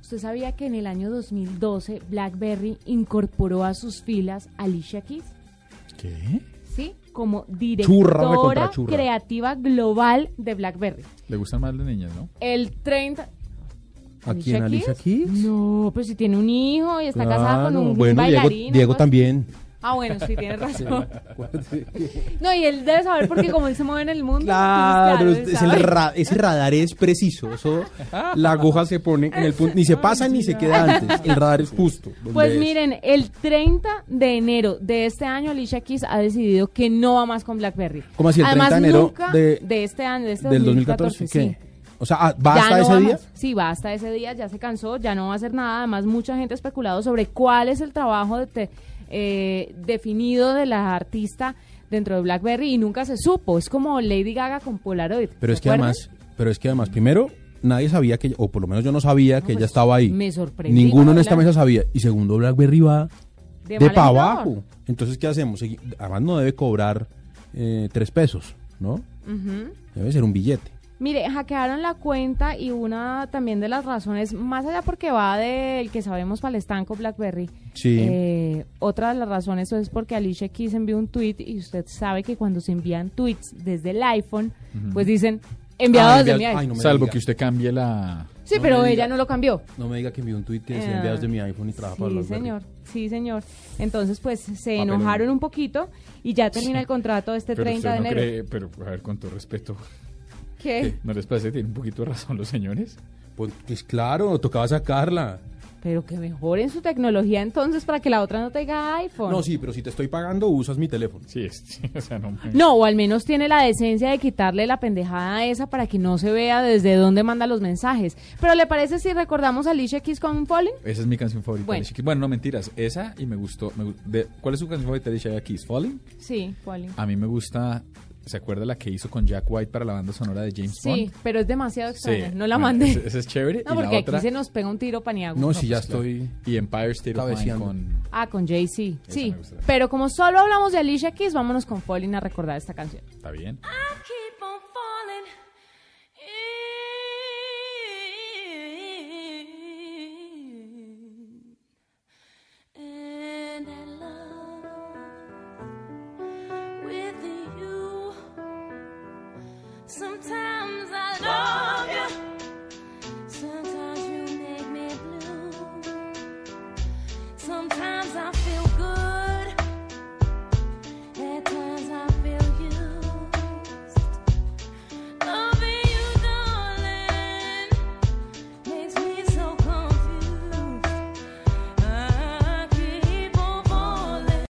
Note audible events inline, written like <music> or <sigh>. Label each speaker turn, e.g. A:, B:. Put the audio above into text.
A: ¿Usted sabía que en el año 2012 BlackBerry incorporó a sus filas a Alicia Keys?
B: ¿Qué?
A: Sí, como
B: Churra, recontra
A: directora
B: churra.
A: creativa global de BlackBerry.
B: Le gustan más las niñas, ¿no?
A: El 30...
C: ¿A quién? ¿A Alicia Keys?
A: No, pues si tiene un hijo y está casada con
C: Claro,
A: un
C: bueno, Diego,
A: bailarín. o
C: Diego
A: cosas-
C: también.
A: Ah, bueno, sí,
C: <laughs>
A: tiene <laughs> razón. No, y él debe saber porque como él se mueve en el mundo.
C: Claro,
A: entonces,
C: es- es el
A: él sabe.
C: ra- ese radar es preciso. Eso, la aguja se pone en el punto, ni se pasa ni se queda antes. El radar es justo. donde
A: Pues
C: es.
A: miren, el 30 de enero de este año Alicia Keys ha decidido que no va más con BlackBerry.
C: ¿Cómo así, el
A: Además,
C: 30 de enero
A: nunca
C: de-
A: este año, de este
C: Del
A: 2014,
C: 2014,
A: sí.
C: ¿qué? O sea, ah, ¿va
A: Ya no
C: hasta
A: va
C: ese día?
A: más. Sí, va hasta ese día, ya se cansó, ya no va a hacer nada. Además, mucha gente ha especulado sobre cuál es el trabajo de te- eh, definido de la artista dentro de BlackBerry y nunca se supo. Es como Lady Gaga con Polaroid.
C: Pero
A: ¿se
C: es que
A: acuerdan?
C: además, pero es que además, primero, nadie sabía que, o por lo menos yo no sabía que ella
A: pues,
C: estaba ahí.
A: me sorprendí
C: Ninguno en
A: cuando
C: esta
A: Black-
C: mesa sabía. Y segundo, BlackBerry va
A: De
C: de,
A: mal
C: para
A: en peor.
C: abajo. Entonces, ¿qué hacemos? Segui- Además, no debe cobrar eh, tres pesos, ¿no? Debe ser un billete.
A: Mire, hackearon la cuenta y una también de las razones, más allá porque va del que sabemos para el estanco BlackBerry.
C: Sí.
A: eh, otra de las razones es porque Alicia Keys envió un tweet y usted sabe que cuando se envían tweets desde el iPhone, pues dicen enviado
C: Ah,
A: desde mi
C: enviado-
A: iPhone.
C: ay, no me
B: Salvo
C: diga.
B: que usted cambie la...
A: sí,
C: no
A: pero
C: me
A: ella
C: diga.
A: no lo cambió.
C: No me diga que envió un tweet que decía
A: Ah.
C: enviados de mi iPhone y trabaja para
A: Sí,
C: BlackBerry.
A: señor. Sí, señor. Entonces, pues se enojaron un poquito y ya termina el contrato este
B: Pero
A: 30 de
B: usted no
A: enero.
B: cree... Pero, a ver, con todo respeto,
A: ¿Qué?
B: ¿no les parece que tienen un poquito de razón los señores?
C: Pues, pues claro, tocaba sacarla.
A: Pero que mejoren su tecnología entonces para que la otra no tenga iPhone.
C: No, sí, pero si te estoy pagando, usas mi teléfono.
B: Sí, es, sí, o sea, no... me-
A: No, o al menos tiene la decencia de quitarle la pendejada esa para que no se vea desde dónde manda los mensajes. Pero ¿le parece si recordamos a Alicia Keys con Falling?
B: Esa es mi canción favorita.
A: Bueno.
B: Bueno, bueno no mentiras. Esa y me gustó. me gu- de- ¿Cuál es su canción favorita de Alicia Keys? Falling.
A: Sí, Falling.
B: A mí me gusta. ¿Se acuerda la que hizo con Jack White para la banda sonora de James
A: Sí,
B: Bond?
A: pero es demasiado extraña. no la
B: bueno,
A: mandé.
B: Esa, esa Ah, es chévere.
A: no,
B: y
A: porque
B: la otra,
A: aquí se nos pega un tiro paniagua.
C: No, si ya
B: pues, claro.
C: estoy.
B: Y Empire State of Mind
C: Cabeceando.
B: con.
A: Ah, con Jay-Z. Sí,
B: me gusta.
A: pero como solo hablamos de Alicia Keys, vámonos con Falling a recordar esta canción.
B: Está bien.
D: I